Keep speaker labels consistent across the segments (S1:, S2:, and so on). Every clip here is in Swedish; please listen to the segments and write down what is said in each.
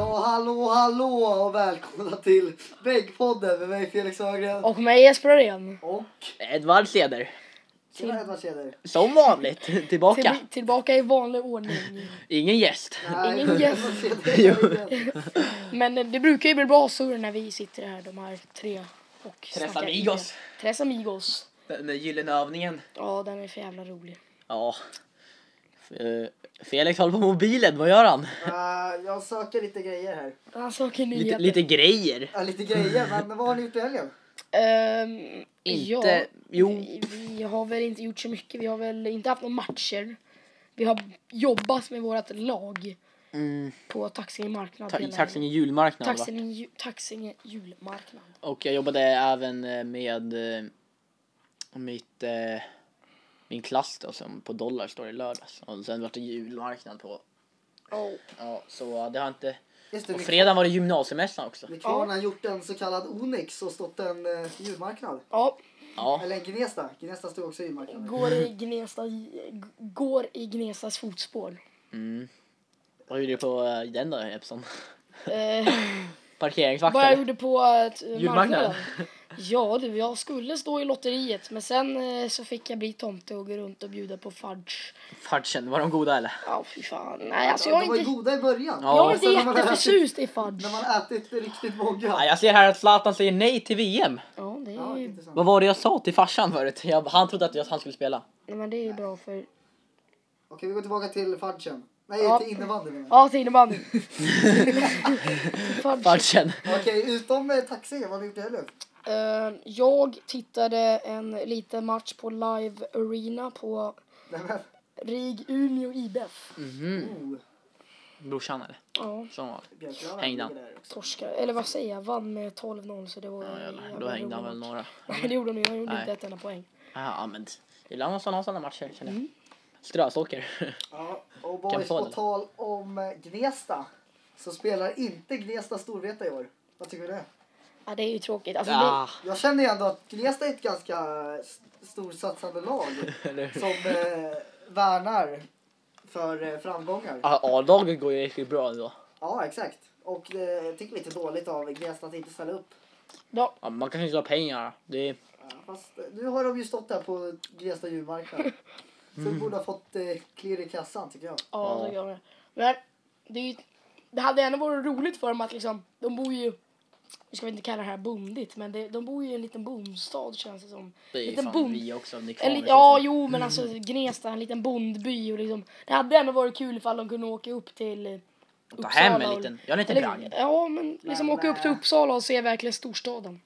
S1: Och hallå, hallå och välkomna till Väggpodden med mig Felix Högren
S2: Och mig Jesper Örén.
S1: och
S3: Edvard Seder,
S1: Tjena Edvard Tjeder.
S3: som vanligt, tillbaka.
S2: Till, tillbaka i vanlig ordning.
S3: Ingen gäst.
S1: Nej,
S2: Ingen gäst.
S1: Edvard Tjeder.
S2: Men eh, det brukar ju bli bra surr när vi sitter här, de här tre. Och
S3: Tres
S2: snackar
S3: amigos.
S2: idé. Tres amigos.
S3: Den där gyllene övningen.
S2: Ja, den är för jävla rolig.
S3: Ja. Eh, Felix håller på mobilen, vad gör han?
S1: Eh, jag söker lite grejer här.
S2: Han söker
S3: Lite,
S2: nyheter.
S3: lite grejer.
S1: Ja, lite grejer, men vad har ni gjort i helgen?
S2: Ehm,
S3: Inte,
S2: Ja,
S3: jo,
S2: vi, vi har väl inte gjort så mycket. Vi har väl inte haft några matcher. Vi har jobbat med vårt lag
S3: mm,
S2: på Taxinge marknad.
S3: ta, i
S2: hela-
S3: Taxinge julmarknad va?
S2: Taxinge, ju- Taxinge julmarknad.
S3: Och jag jobbade även eh, med eh, mitt, eh, min klass då, som på Dollar står i lördags. Och sen var det julmarknad på,
S2: Oh.
S3: ja, så det har inte...
S1: Just det,
S3: Och
S1: Nick-
S3: fredagen var det gymnasiemässan också.
S1: Mikrofonen har gjort en så kallad Onyx och stått en eh, julmarknad.
S2: Ja,
S3: Ja.
S1: Eller en Gnesta. Gnesta stod också i julmarknaden.
S2: Går i, Gnesta, går i Gnestas fotspår.
S3: Mm. Vad gjorde du på eh, den då, Epson?
S2: Eh, vad jag
S3: Parkeringsvakter?
S2: gjorde på eh, marknaden?
S3: Julmarknaden?
S2: Ja du, jag skulle stå i lotteriet men sen eh, så fick jag bli tomte och gå runt och bjuda på fudge.
S3: Fudgen, var de goda eller?
S2: Ja fy fan. Nej alltså jag
S1: de
S2: är
S1: var ju
S2: inte,
S1: goda i början.
S3: Ja.
S1: Men
S2: jag är inte
S1: sen när man har ätit-
S2: jätteförtjust i fudge.
S1: När man har ätit riktigt många.
S3: Nej, jag ser här att Zlatan säger nej till VM.
S2: Ja det
S1: Ja,
S2: är ju,
S1: intressant.
S3: Vad var det jag sa till farsan förut? Jag, han trodde att jag, han skulle spela.
S2: nej, men det är ju bra för...
S1: Okej, vi går tillbaka till fudgen. Nej,
S2: Ja.
S1: till innebandy menar jag.
S2: Ja till innebandy. fudge.
S3: Fudgen.
S1: Okej, utom eh, taxi, vad har ni gjort i helgen?
S2: Eh, jag tittade en liten match på live arena på
S1: Nej, men,
S2: RIG Umeå IBF.
S3: Mhm.
S1: oh,
S3: Brorsan eller?
S2: Ja.
S3: Som vanligt.
S1: Björklöven
S3: Hängde
S1: ligger där också.
S2: torskade, eller vad säger jag, vann med 12-0 så det var
S3: Ja,
S2: en
S3: jävlar.
S2: jävla
S3: Då hängde han
S2: rolig
S3: väl
S2: match.
S3: några.
S2: Nej det gjorde han inte, han gjorde
S3: Nej.
S2: inte ett enda poäng.
S3: Ja, men ibland måste han ha sådana matcher känner jag. Strösocker.
S1: Ja, och boys,
S3: få
S1: på
S3: den.
S1: tal om eh, Gnesta så spelar inte Gnesta Storvreta i år. Vad tycker du det?
S2: Ja det är ju tråkigt. Alltså,
S3: ah,
S1: Jag känner ju ändå att Gnesta är ett ganska st- storsatsande lag
S3: eller hur?
S1: som eh, värnar för eh, framgångar.
S3: Ah, A-laget går ju riktigt bra ändå.
S1: Ja, exakt. Och eh, jag tycker lite dåligt av Gnesta att inte ställa upp.
S2: det, ja,
S3: Ja, man kanske inte har pengar. Det är...
S1: Ja, Fast eh, nu har de ju stått där på Gnesta djurmarknad. Så
S3: Mm.
S1: de borde ha fått eh, klirr i kassan tycker jag.
S2: ja,
S3: Ja.
S2: det gör det. Men det, är ju, det hade ändå varit roligt för dem att liksom, de bor ju, nu ska vi inte kalla det här bondigt, men det, de bor ju i en liten bondstad känns det som.
S3: Det är
S2: Lite
S3: fan
S2: bom-
S3: vi också.
S2: En,
S3: Nykvarn,
S2: li- ja jo men alltså Gnesta, en liten bondby och liksom, det hade ändå varit kul ifall de kunde åka upp till eh,
S3: Ta hem
S2: Uppsala
S3: en
S2: och-
S3: liten, gör en liten bragd.
S2: Eller, ja men liksom
S1: Men,
S2: åka upp till
S1: eh,
S2: Uppsala och se verkligen storstaden.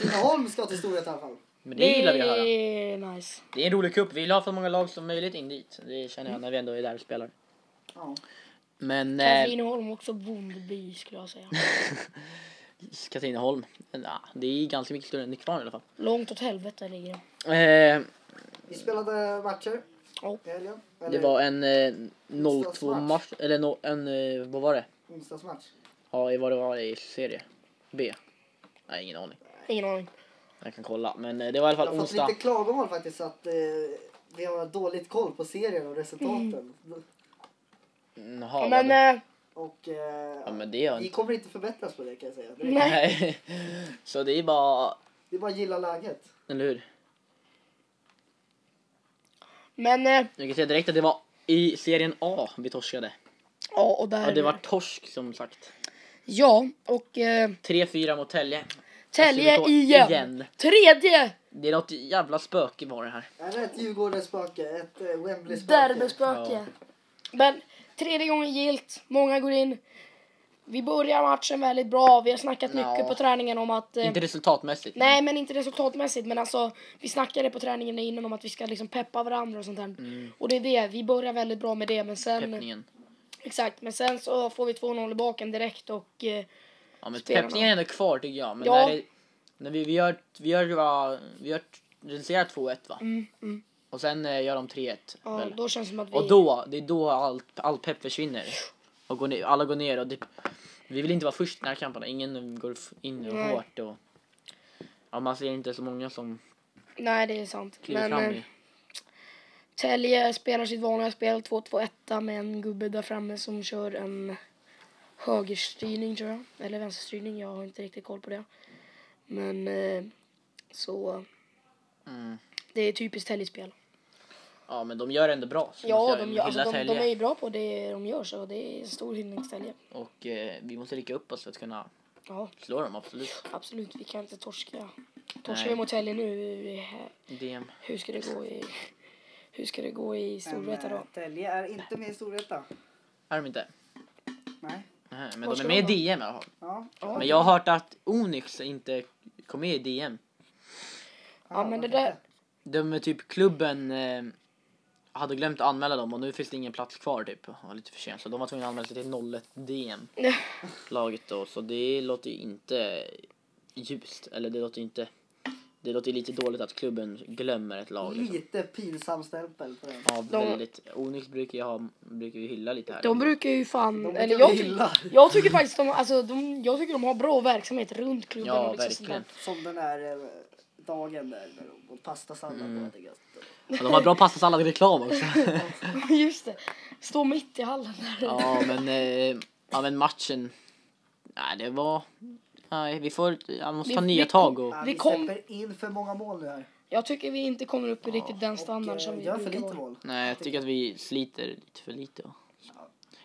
S1: Tidaholm ska till Storvreta i alla fall.
S3: Men det gillar vi att höra.
S2: är nice.
S3: Det är en rolig cup. Vi vill ha så många lag som möjligt in dit. Det känner jag när vi ändå är där och spelar.
S1: Ja.
S3: Men eh,
S2: Katrineholm också bondby skulle jag säga.
S3: Katrineholm, nah, det är ganska mycket större än Nykvarn i alla fall.
S2: Långt åt helvete ligger det.
S3: Eh,
S1: Vi spelade matcher
S2: Ja.
S1: i helgen.
S3: det
S1: Eller
S3: var en eh, 02
S1: Onsdagsmatch.
S3: mars, eller no, en, eh, vad var det?
S1: onsdagsmatch.
S3: Ja, i vad det var i serie B. Nej, ingen aning.
S2: Ingen aning.
S3: Jag kan kolla. Men eh, det var i alla
S1: Jag har
S3: fall
S1: fått
S3: onsdag.
S1: lite klagomål faktiskt att eh, vi har dåligt koll på serien och resultaten.
S3: Mm, Jaha, vad
S2: men
S3: det-
S2: eh,
S1: Och eh,
S3: ja, men det gör
S1: vi
S3: inte.
S1: kommer inte förbättras på det kan jag säga. Det,
S2: Nej.
S1: är-
S3: Nej. Så det är bara,
S1: det är bara att gilla läget.
S3: eller hur?
S2: men eh,
S3: Jag kan säga direkt att det var i serien A vi torskade.
S2: ja och där.
S3: Ja, det var torsk som sagt.
S2: Ja och eh,
S3: 3-4 mot Tälje.
S2: Tälje
S3: SVK
S2: igen.
S3: igen.
S2: Tredje
S3: Det är något jävla spöke var det här.
S1: Är det ett Djurgårdens spöke? Ett eh, Wembley spöke?
S2: derbyspöke. Men tredje gången gilt. Många går in. Vi börjar matchen väldigt bra. Vi har snackat
S3: Ja.
S2: mycket på träningen om att eh,
S3: Inte resultatmässigt. men-
S2: Nej, men inte resultatmässigt. Men alltså, vi snackade på träningen innan om att vi ska liksom peppa varandra och sånt där.
S3: Mm.
S2: Och det är det, vi börjar väldigt bra med det. Men sen,
S3: Peppningen.
S2: Exakt, men sen så får vi 2-0 i baken direkt och eh,
S3: Ja, men
S2: spelarna.
S3: peppningen är ändå kvar tycker jag. Men
S2: Ja.
S3: när, det, när vi, vi gör, vi gör, va- vi gör reducerar 2-1 va?
S2: mm, mm,
S3: Och sen eh, gör de 3-1.
S2: ja,
S3: väl?
S2: då känns det som att vi...
S3: Och då, det är då allt, all pepp försvinner. Och går ner, alla går ner och det, vi vill inte vara först i den här kampen. Ingen går f- in
S2: Nej.
S3: hårt och ja, man ser inte så många som
S2: Nej, det är sant.
S3: kliver
S2: Men
S3: fram.
S2: eh,
S3: I.
S2: Tälje spelar sitt vanliga spel, 2-2-1 med en gubbe där framme som kör en högerstyrning tror jag. Eller vänsterstyrning, jag har inte riktigt koll på det. Men eh, så
S3: Mm.
S2: det är typiskt täljspel.
S3: Ja, men de gör det ändå bra. så
S2: Ja,
S3: måste jag
S2: de, gör,
S3: hylla
S2: alltså, de, de
S3: Tälje.
S2: är ju bra på det de gör så det är en stor hyllning till Tälje.
S3: Och eh, vi måste rycka upp oss för att kunna
S2: Ja,
S3: slå dem, absolut.
S2: absolut. Vi kan inte torska. Torskar
S3: Nej.
S2: vi mot Tälje nu, eh,
S3: DM.
S2: hur ska det gå i, hur ska det gå i Storvreta
S1: Men, eh,
S2: då?
S1: Tälje är inte med i Storvreta.
S3: Är de inte?
S1: Nej.
S3: Nähä, men
S2: Var
S3: de
S2: ska
S3: är med i
S2: de då?
S3: DM i alla fall.
S1: Ja.
S2: Ja,
S3: Men jag har hört att Onyx inte kom med i DM.
S2: Ja, men
S1: varför
S2: det där-
S1: inte?
S3: De är typ klubben eh, hade glömt att anmäla dem och nu finns det ingen plats kvar typ. Det var lite för sent så de var tvungna att anmäla sig till 01 DM. Laget då så det låter ju inte ljust eller det låter ju inte det låter ju lite dåligt att klubben glömmer ett lag. Liksom.
S1: Lite pinsam stämpel på den.
S3: Ja,
S2: De-
S3: väldigt. Onyx brukar ju ha brukar ju hylla lite här.
S2: De brukar ju fan,
S1: De
S2: Mm, eller
S1: brukar
S2: jag,
S1: vi
S2: ty-
S1: hylla.
S2: jag tycker faktiskt de, alltså, de, jag tycker de har bra verksamhet runt klubben.
S3: Ja,
S2: och liksom sånt
S3: verkligen.
S2: där.
S1: Som den där eh, dagen där när de åt pastasallad och
S3: Mm.
S1: hade gött.
S3: Ja, de har bra pastasallad reklam också.
S2: Just det, stå mitt i hallen där.
S3: ja, men eh, ja, men matchen nej, det var nej, vi får jag måste
S2: Vi-
S3: ta nya
S2: vi-
S3: tag och
S1: Ja,
S2: Vi
S1: vi
S2: kom-
S1: släpper in för många mål nu här.
S2: Jag tycker vi inte kommer upp i riktigt den standard
S1: Och,
S2: som
S1: eh,
S2: vi
S1: gör för
S2: brukar
S1: lite
S2: vara.
S1: mål.
S3: Nej, jag tycker att vi sliter lite för lite. och så.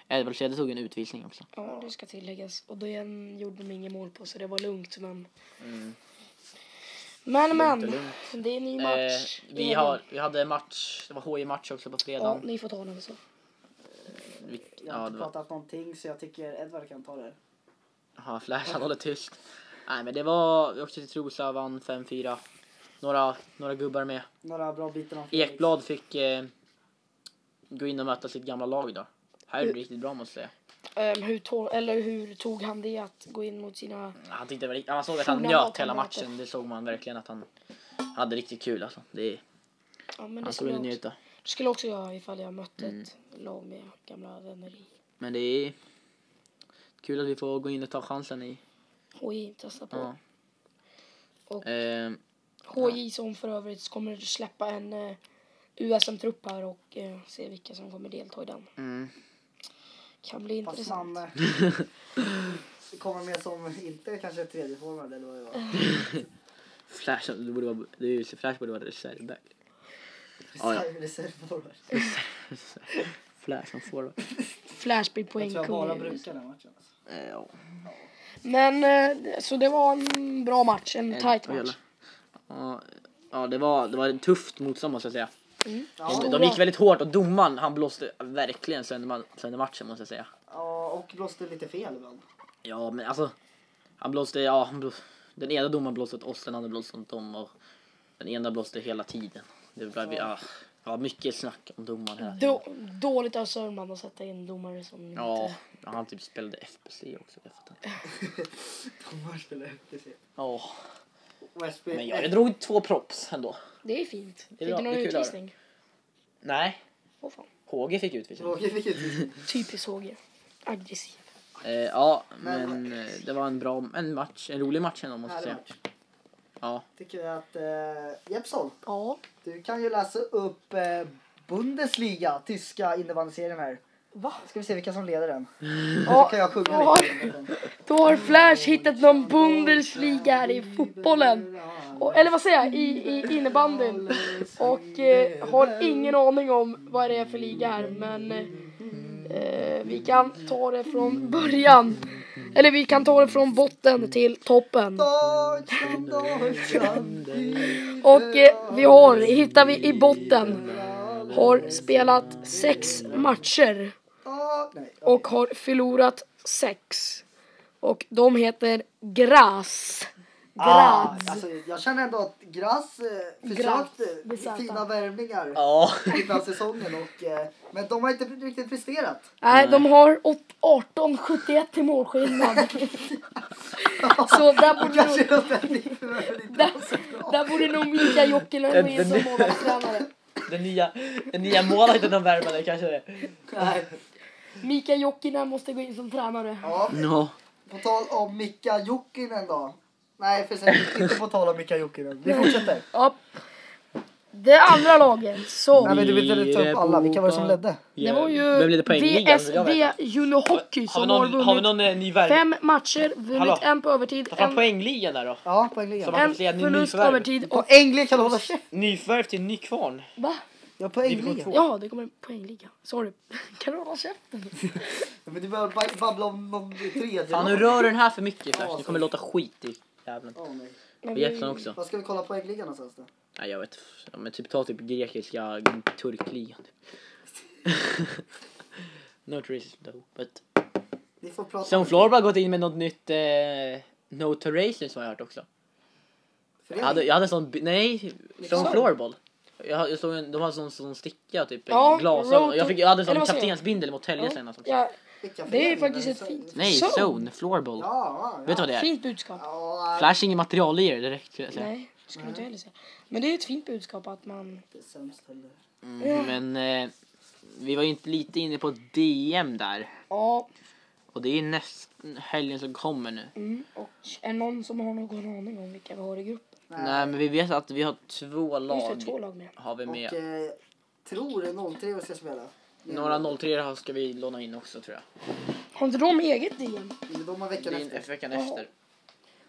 S3: Edward Cede tog en utvisning också.
S2: Ja, det ska tilläggas. Och den gjorde de inget mål på så det var lugnt. Men men, men
S3: Lugnt och lugnt.
S2: det är en ny
S3: Eh,
S2: match. Det
S3: vi,
S2: är-
S3: har, vi hade match, det var hi match också på
S2: Ja,
S3: fredagen.
S2: ni får ta den så.
S3: Vi,
S1: Jag har
S3: ja, det
S1: inte
S3: var,
S1: pratat någonting så jag tycker Edvard kan ta det.
S3: aha, Flash han håller tyst. Nej men det var, vi åkte till Trosa, vann 5-4. Några, några gubbar med.
S1: Några bra bitar om Felix.
S3: Ekblad fick eh, gå in och möta sitt gamla lag då. Här är
S1: Mm.
S3: det riktigt bra måste jag säga.
S2: Ehm, hur, to- eller hur tog han det att gå in mot sina...
S3: Han tyckte väl, man såg att han
S2: Forna
S3: njöt hela
S2: lagkamrater.
S3: matchen. Det såg man verkligen att han hade riktigt kul alltså. Det,
S2: Ja, men det
S3: han såg
S2: skulle,
S3: ut
S2: jag
S3: att
S2: också,
S3: njuta.
S2: det skulle också jag ifall jag mötte
S3: Mm.
S2: ett lag med gamla vänner i
S3: Men det är kul att vi får gå in och ta chansen i.
S2: HJ. Testa på.
S3: Ja.
S2: Och-
S3: Ehm,
S2: HJ som för övrigt kommer släppa en eh, USM-trupp här och eh, se vilka som kommer delta i den.
S3: mm.
S2: Kan bli
S1: Fast
S2: intressant.
S1: han eh, kommer med som inte kanske tredjeformad eller vad det var.
S3: Flash, det borde vara, det är ju, Flash borde vara reservback. Ja, ja.
S1: Reserv- Reservforward.
S3: Flash som forward.
S2: Flash blir
S1: Jag tror jag bara
S2: poängkung.
S1: brukar den matchen. Alltså.
S3: Eh, ja.
S2: Men eh, så det var en bra match, en
S3: En-
S2: tight
S3: vad
S2: match.
S3: gäller? Ja, ja, det var, det var ett tufft motstånd måste jag säga.
S1: Ja,
S3: De gick väldigt hårt och domaren han blåste verkligen sönder, man- sönder matchen måste jag säga.
S1: ja, och blåste lite fel ibland.
S3: Ja men alltså, han blåste, ja han blåste, den ena domaren blåste åt oss, den andra blåste åt dem och den ena blåste hela tiden. Det blev, ja. ja mycket snack om domaren hela tiden.
S2: Då, dåligt av Sörman att sätta in domare som
S3: Ja,
S2: inte...
S3: han typ spelade FPC också. Jag fattar inte.
S1: Domaren spelade FPC.
S3: Ja,
S1: Och SP,
S3: men jag, jag drog två props ändå.
S2: Det är fint. Fick
S3: är bra,
S2: du någon
S3: det är kul att
S2: utvisning?
S3: Nej,
S2: Åh fan.
S3: HG fick utvisning.
S1: Roger fick utvisning.
S2: Typiskt HG. Aggressiv.
S3: Eh, ja,
S1: Men-
S3: men eh, det var en bra en match. En rolig match ändå måste jag
S1: Härlig
S3: säga.
S1: match.
S3: Ja,
S1: Tycker jag att eh, Jeppsson,
S2: Ja.
S1: du kan ju läsa upp eh, Bundesliga, tyska innebandyserien här.
S2: Va?
S1: Ska vi se vilka som leder den.
S2: Ja,
S1: Så kan jag sjunga
S2: då har-
S1: lite.
S2: Då har Flash hittat någon Bundesliga här i fotbollen. Och, eller vad säger jag? I, i innebandyn. Och eh, har ingen aning om vad det är för liga här men eh, vi kan ta det från början. Eller vi kan ta det från botten till toppen.
S1: Deutschland, Deutschland, die
S2: Och eh, vi har, hittar vi i botten, har spelat sex matcher
S1: Ah, nej.
S2: och har förlorat sex. Och de heter Gras.
S1: Ah,
S2: Graz.
S1: alltså, jag känner ändå att Graz eh,
S2: Graz,
S1: försökte
S2: med Z.
S1: fina värvningar
S3: ja.
S1: innan säsongen. Och, eh, men de har inte riktigt presterat.
S2: Nej, de har åt- 18-71 i målskillnad. Så där borde
S1: Kanske
S2: nog,
S1: är det väldigt bra.
S2: där borde nog Mika Jokinen gå in som målvaktstränare.
S3: den nya, den nya målvakten de värvade kanske det är.
S1: Nej.
S2: Mika Jokinen måste gå in som tränare.
S1: Ja,
S3: Ja.
S1: På tal om Mika Jokinen då. Nej förresten, inte på tal om Mika Jokinen. Vi fortsätter.
S2: Ja. Det andra laget
S1: Nej
S2: som...
S1: men du vill inte ta upp alla, vilka var det som ledde?
S2: Det var ju
S3: Vem ledde poängligan?
S2: VSV Juno Hockey
S3: Har vi
S2: som har
S3: någon, har vi
S2: vunnit
S3: någon eh, ny värvning?
S2: fem matcher, vunnit
S3: Hallå?
S2: en på övertid,
S3: Ta fram
S2: en,
S3: poängligan där då.
S1: Ja, poängligan.
S3: Som-
S2: en
S3: Fler ny-
S2: förlust
S3: nyförvärv.
S2: övertid och...
S1: Poängligan kan du hålla käften.
S3: Nyförvärv till Nykvarn.
S2: Va?
S1: Ja,
S3: Division
S1: poängligan.
S3: två.
S2: Ja, det kommer en poängliga. Sorry. Kan du hålla käften?
S1: Men du börjar ba- babbla om någon tredje.
S3: Fan nu rör du den här för mycket Flash, nu kommer det låta skit i jävlen.
S1: Åh, nej.
S2: Men
S3: Och Jeppson också.
S1: Vad ska vi kolla poängligan någonstans då?
S3: Nej jag vet ja, men typ ta typ grekiska turkligan typ. Not racism though but.
S1: Ni får prata.
S3: Som Florba gått in med något nytt eh, No to racism som jag hört också. Jag hade,
S1: Förening.
S3: jag hade en sån, bi- nej,
S1: Liksom.
S3: från Floorball. Jag, jag såg en, de hade sån, sån sticka typ,
S2: Ja,
S3: ja, glasögon.
S2: road to-
S3: Jag, fick, jag hade
S2: eller
S3: sån
S2: vad säger jag?
S3: kaptensbindel mot Helljes eller något sånt.
S2: Ja,
S1: Vilka
S2: det är
S1: föreningar?
S2: faktiskt ett fint...
S3: Nej,
S2: Zone.
S3: zone, floorball.
S1: Ja, ja.
S3: Vet du vad det är?
S2: Fint budskap.
S1: Ja,
S3: Flash är ingen materialgivare direkt skulle jag säga.
S2: Nej, det skulle jag inte heller säga. Men det är ett fint budskap att man...
S1: det är sämst heller.
S3: Mm, men eh, vi var ju inte lite inne på DM där.
S2: Ja,
S3: Och det är näst helgen som kommer nu.
S2: mm, och är det någon som har någon aning om vilka vi har i gruppen?
S1: Nej.
S3: Nej men vi vet att vi har två
S2: Just det,
S3: lag.
S2: två lag med.
S3: Har vi med.
S1: Och eh, tror 03 ska spela.
S3: Några 03 har- ska vi låna in också tror jag.
S2: Har inte de eget DM?
S1: Men De har veckan
S3: Det är en-
S1: efter.
S3: veckan
S2: Jaha.
S3: efter.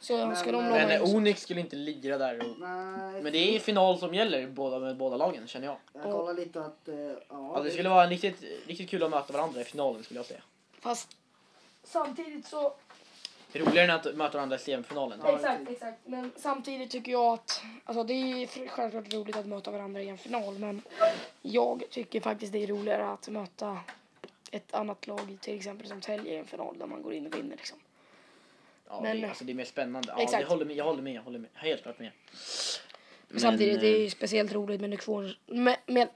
S2: Så
S1: Men,
S2: ska de låna
S3: Men
S2: in
S3: eh,
S2: oss?
S3: Onyx skulle inte lira där. Och...
S1: Nej,
S3: Men det är final som gäller båda, med båda lagen känner jag.
S1: Jag kollar lite att... eh, Ja,
S3: Ja, det skulle vara en riktigt, riktigt kul att möta varandra i finalen skulle jag säga.
S2: Fast samtidigt så...
S3: Roligare än att möta varandra i semifinalen.
S1: Ja.
S2: Exakt, exakt. Men samtidigt tycker jag att... Alltså det är fr- självklart roligt att möta varandra i en final men jag tycker faktiskt det är roligare att möta ett annat lag, till exempel som Tälje i en final där man går in och vinner liksom.
S3: Ja,
S2: Men-
S3: det, alltså, det är mer spännande. Ja,
S2: Exakt.
S3: Jag, håller med, jag håller med, jag håller med. Helt klart med. Men,
S2: Samtidigt, det är
S3: eh,
S2: ju speciellt roligt med, Nykvarns, med, med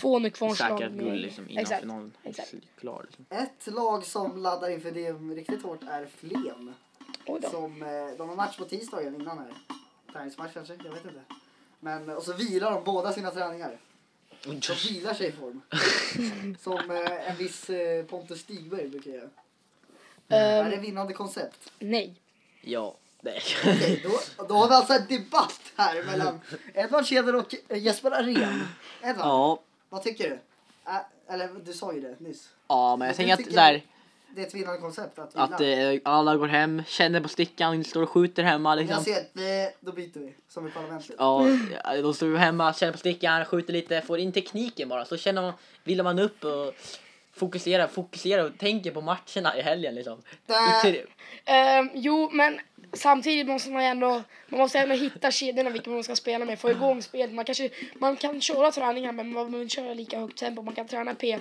S2: två Nykvarnslag.
S3: säkrat guld liksom innan
S2: exakt,
S3: finalen
S2: Exakt.
S3: är klar. Liksom.
S1: Ett lag som laddar inför DM riktigt hårt är Flen.
S2: Oj då.
S1: Som, eh, de har match på tisdagen innan här. Träningsmatch kanske, jag vet inte. Men, och så vilar de båda sina träningar. De vilar sig i form. Som eh, en viss eh, Pontus Stigberg brukar göra.
S2: Ehm,
S1: Är det vinnande koncept?
S2: nej.
S3: Ja, nej.
S1: Okej, Då, då har vi alltså en debatt här mellan Edvard Keder och eh, Jesper Arén. Edvard,
S3: ja,
S1: vad tycker du? Ä- eller du sa ju det nyss.
S3: ja, men
S1: Men
S3: jag
S1: du
S3: tänker att,
S1: tycker-
S3: där,
S1: Det är ett vinnande koncept att vila.
S3: att eh, alla går hem, känner på stickan, står och skjuter hemma
S1: Men jag
S3: liksom.
S1: ser att vi, då byter vi, som i parlamentet.
S3: Ja, ja, de står hemma, känner på stickan, skjuter lite, får in tekniken bara. Så känner man, vill man upp och fokuserar, fokuserar och tänker på matcherna i helgen liksom. I tre-
S2: Ehm, jo, men samtidigt måste man ju ändå, man måste ändå hitta kedjorna vilka man ska spela med, få igång spelet. Man, kanske, man kan köra träningar men man behöver inte köra lika högt tempo. Man kan träna P-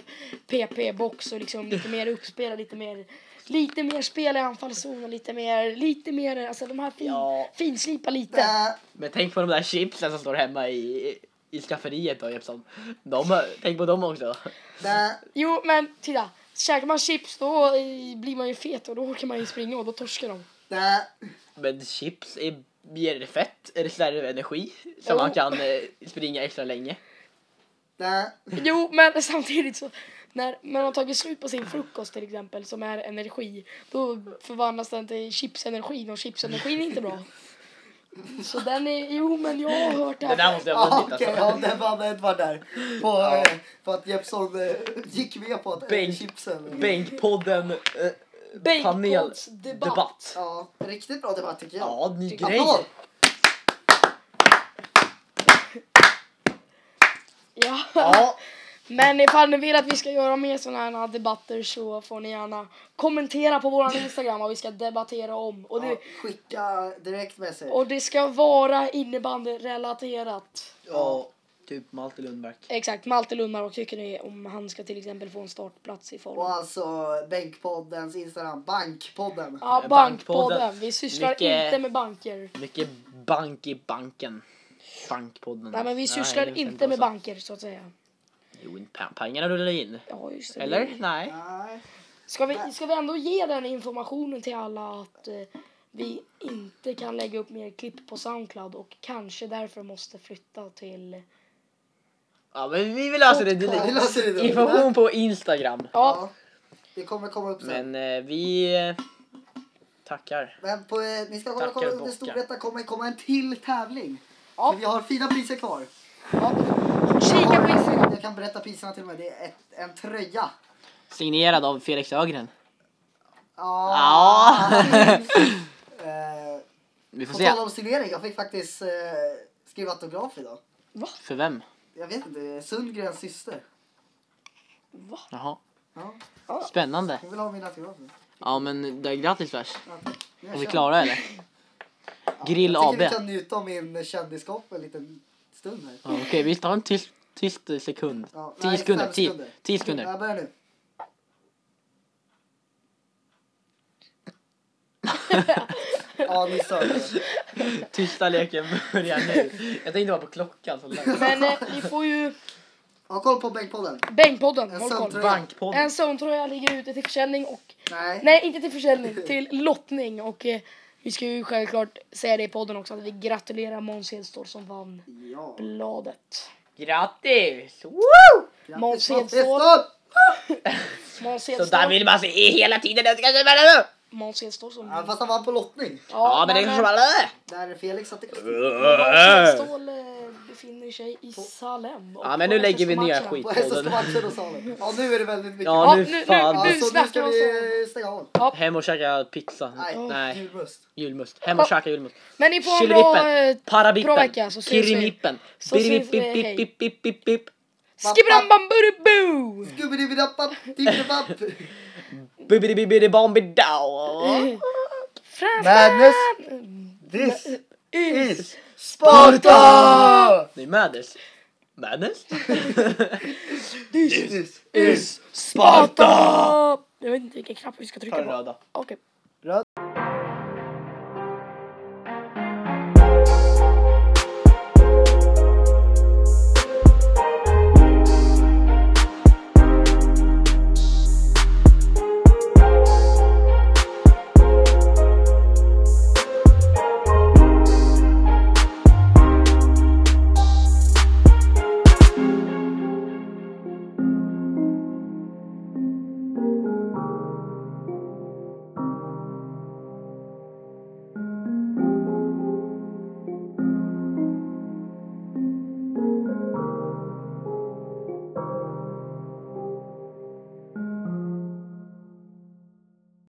S2: PP, box och liksom lite mer uppspel och lite mer, lite mer spel i anfallszon och lite mer, lite mer, alltså de här fin,
S3: Ja.
S2: finslipa lite.
S1: Bä.
S3: Men tänk på de där chipsen som står hemma i, i skafferiet då Jeppsson. De, tänk på dem också.
S1: Bä.
S2: Jo, men titta. Käkar man chips då eh, blir man ju fet och då orkar man ju springa och då torskar de.
S1: Bä.
S3: Men chips är, ger det fett, reserv energi så man
S2: Jo.
S3: kan eh, springa extra länge.
S1: Bä.
S2: Jo, men samtidigt så när man har tagit slut på sin frukost till exempel som är energi då förvandlas den till chipsenergin och chipsenergin är inte bra. Så den är, jo men jag har hört det
S3: Det där
S2: här.
S3: måste jag ha
S1: Ja,
S3: vunnit
S1: okej,
S3: alltså.
S1: ja, det var Edvard där. På, eh, på att Jeppsson eh, gick med på att eh,
S3: Bänk.
S1: chipsen.
S3: Bänkpodden eh, panel
S2: Bänkpoddsdebatt.
S3: debatt.
S1: Ja, riktigt bra debatt tycker jag.
S3: Ja, ny
S2: Tycker-
S3: grej.
S1: Applåd.
S2: Ja.
S3: Ja,
S2: Men ifall ni vill att vi ska göra mer sådana här debatter så får ni gärna kommentera på våran Instagram vad vi ska debattera om. Och det,
S1: Ja, skicka direkt med sig.
S2: och det ska vara innebandyrelaterat.
S3: ja, typ Malte Lundberg.
S2: Exakt, Malte Lundmark, vad tycker ni om han ska till exempel få en startplats i form?
S1: Och alltså Bänkpoddens Instagram, Bankpodden.
S2: Ja,
S3: Eh,
S2: bankpodden.
S3: bankpodden.
S2: Vi sysslar
S3: Mycket-
S2: inte med banker.
S3: Mycket bank i banken. Bankpodden.
S2: Nej, men vi sysslar
S3: just
S2: inte med
S3: alltså.
S2: banker, så att säga.
S3: Jo, pe- pengarna rullar in.
S2: Ja, just det.
S3: Eller? Nej.
S1: Nej.
S2: Ska vi, ska vi ändå ge den informationen till alla att eh, vi inte kan lägga upp mer klipp på Soundcloud och kanske därför måste flytta till...
S3: Ja, men vi vill lösa det.
S1: Ja, vi löser det då.
S3: Information på Instagram.
S2: Ja,
S1: Ja. Det kommer komma upp sen.
S3: Men eh, vi eh, tackar.
S1: Men på, eh, ni ska kolla,
S3: Tackar
S1: kolla
S3: bockar.
S1: under Storvreta kommer komma en till tävling.
S2: Ja.
S1: För vi har fina priser kvar. Ja.
S2: Kika på insidan.
S1: Jag kan berätta priserna till och med. Det är ett, en tröja.
S3: Signerad av Felix Ögren.
S1: Ja.
S3: Ja.
S1: Eh,
S3: Vi får
S1: På
S3: se.
S1: tal om signering, jag fick faktiskt eh, skriva autograf idag.
S3: För vem?
S1: Jag vet inte, Sundgrens syster.
S2: Va?
S3: Jaha.
S1: Ja,
S3: Spännande.
S1: hon vill ha min autograf nu.
S3: Ja men det är grattis Flash.
S1: Ja, tack. Nu är
S3: Är
S1: jag
S3: vi
S1: känd.
S3: klara eller? Grill
S1: Jag
S3: AB.
S1: tycker vi kan njuta av min kändiskopp en liten stund här.
S3: Ja, Okej vi tar en tyst, tyst sekund.
S1: Ja,
S3: Tio
S1: nej,
S3: sekunder.
S1: fem
S3: Tio,
S1: sekunder.
S3: tio
S1: Ja,
S3: sekunder.
S1: Jag börjar nu. ja, ni sa det.
S3: Tysta leken börjar nu. Jag tänkte bara på klockan. Så länge.
S2: Men eh, ni får ju
S1: Ha koll på Bengtpodden.
S2: Bengtpodden,
S1: En
S2: håll koll.
S1: soundtrack.
S3: Bankpodden.
S2: En zontröja ligger ute till försäljning och
S1: Nej.
S2: Nej, inte till försäljning, till lottning och eh, vi ska ju självklart säga det i podden också att vi gratulerar Måns Hedståhl som vann
S1: Ja.
S2: bladet.
S3: Grattis! Woo!
S1: Grattis,
S2: Måns
S1: Måns
S2: Hedstål.
S1: Hedstål!
S2: Måns
S3: Så där
S2: Hedståhl,
S3: vill man se hela tiden. Jag ska se vad det är nu.
S2: Måns Hedståhl som... eh,
S1: Ja, fast han vann på lottning.
S3: Ja men det kanske bara Äh! är.
S1: Där Felix satte
S2: Måns Hedståhl eh, befinner sig i Salem. och
S3: Ja, men nu
S2: på
S3: lägger vi ner
S2: SSK-matchen.
S3: skit.
S1: på SSK-matchen och salen. Ja, nu är det väldigt mycket.
S3: Ja,
S2: Ja,
S3: nu,
S2: nu- nu-
S3: fan.
S2: nu-
S1: alltså, nu
S2: snackar
S1: ska
S2: vi om
S1: vi eh, stänga av.
S3: Hem och käka pizza. Nej.
S1: Nej,
S3: Nej.
S1: julmust.
S3: Julmust. Hem och
S2: Ja.
S3: käka julmust.
S2: Men ni får en bra... eh,
S3: Chilivippen. Parabippen.
S2: bra vecka, så ses vi.
S3: Kirimippen.
S2: Så ses vi,
S3: Bip, bip,
S2: hej.
S3: bip, bip, bip, bip, bip.
S2: Skibrambaburuboo!
S1: Gubbidibbidapp, tibbidibbapp.
S3: Bubbidi-bibbidi-bombi-dow.
S1: Madness. This is Sparta!
S3: Det är Madness. Madness?
S1: This
S2: Sparta! Jag vet inte vilken knapp vi ska
S3: Ta
S2: trycka
S3: den
S2: på.
S3: röda.
S2: Okej.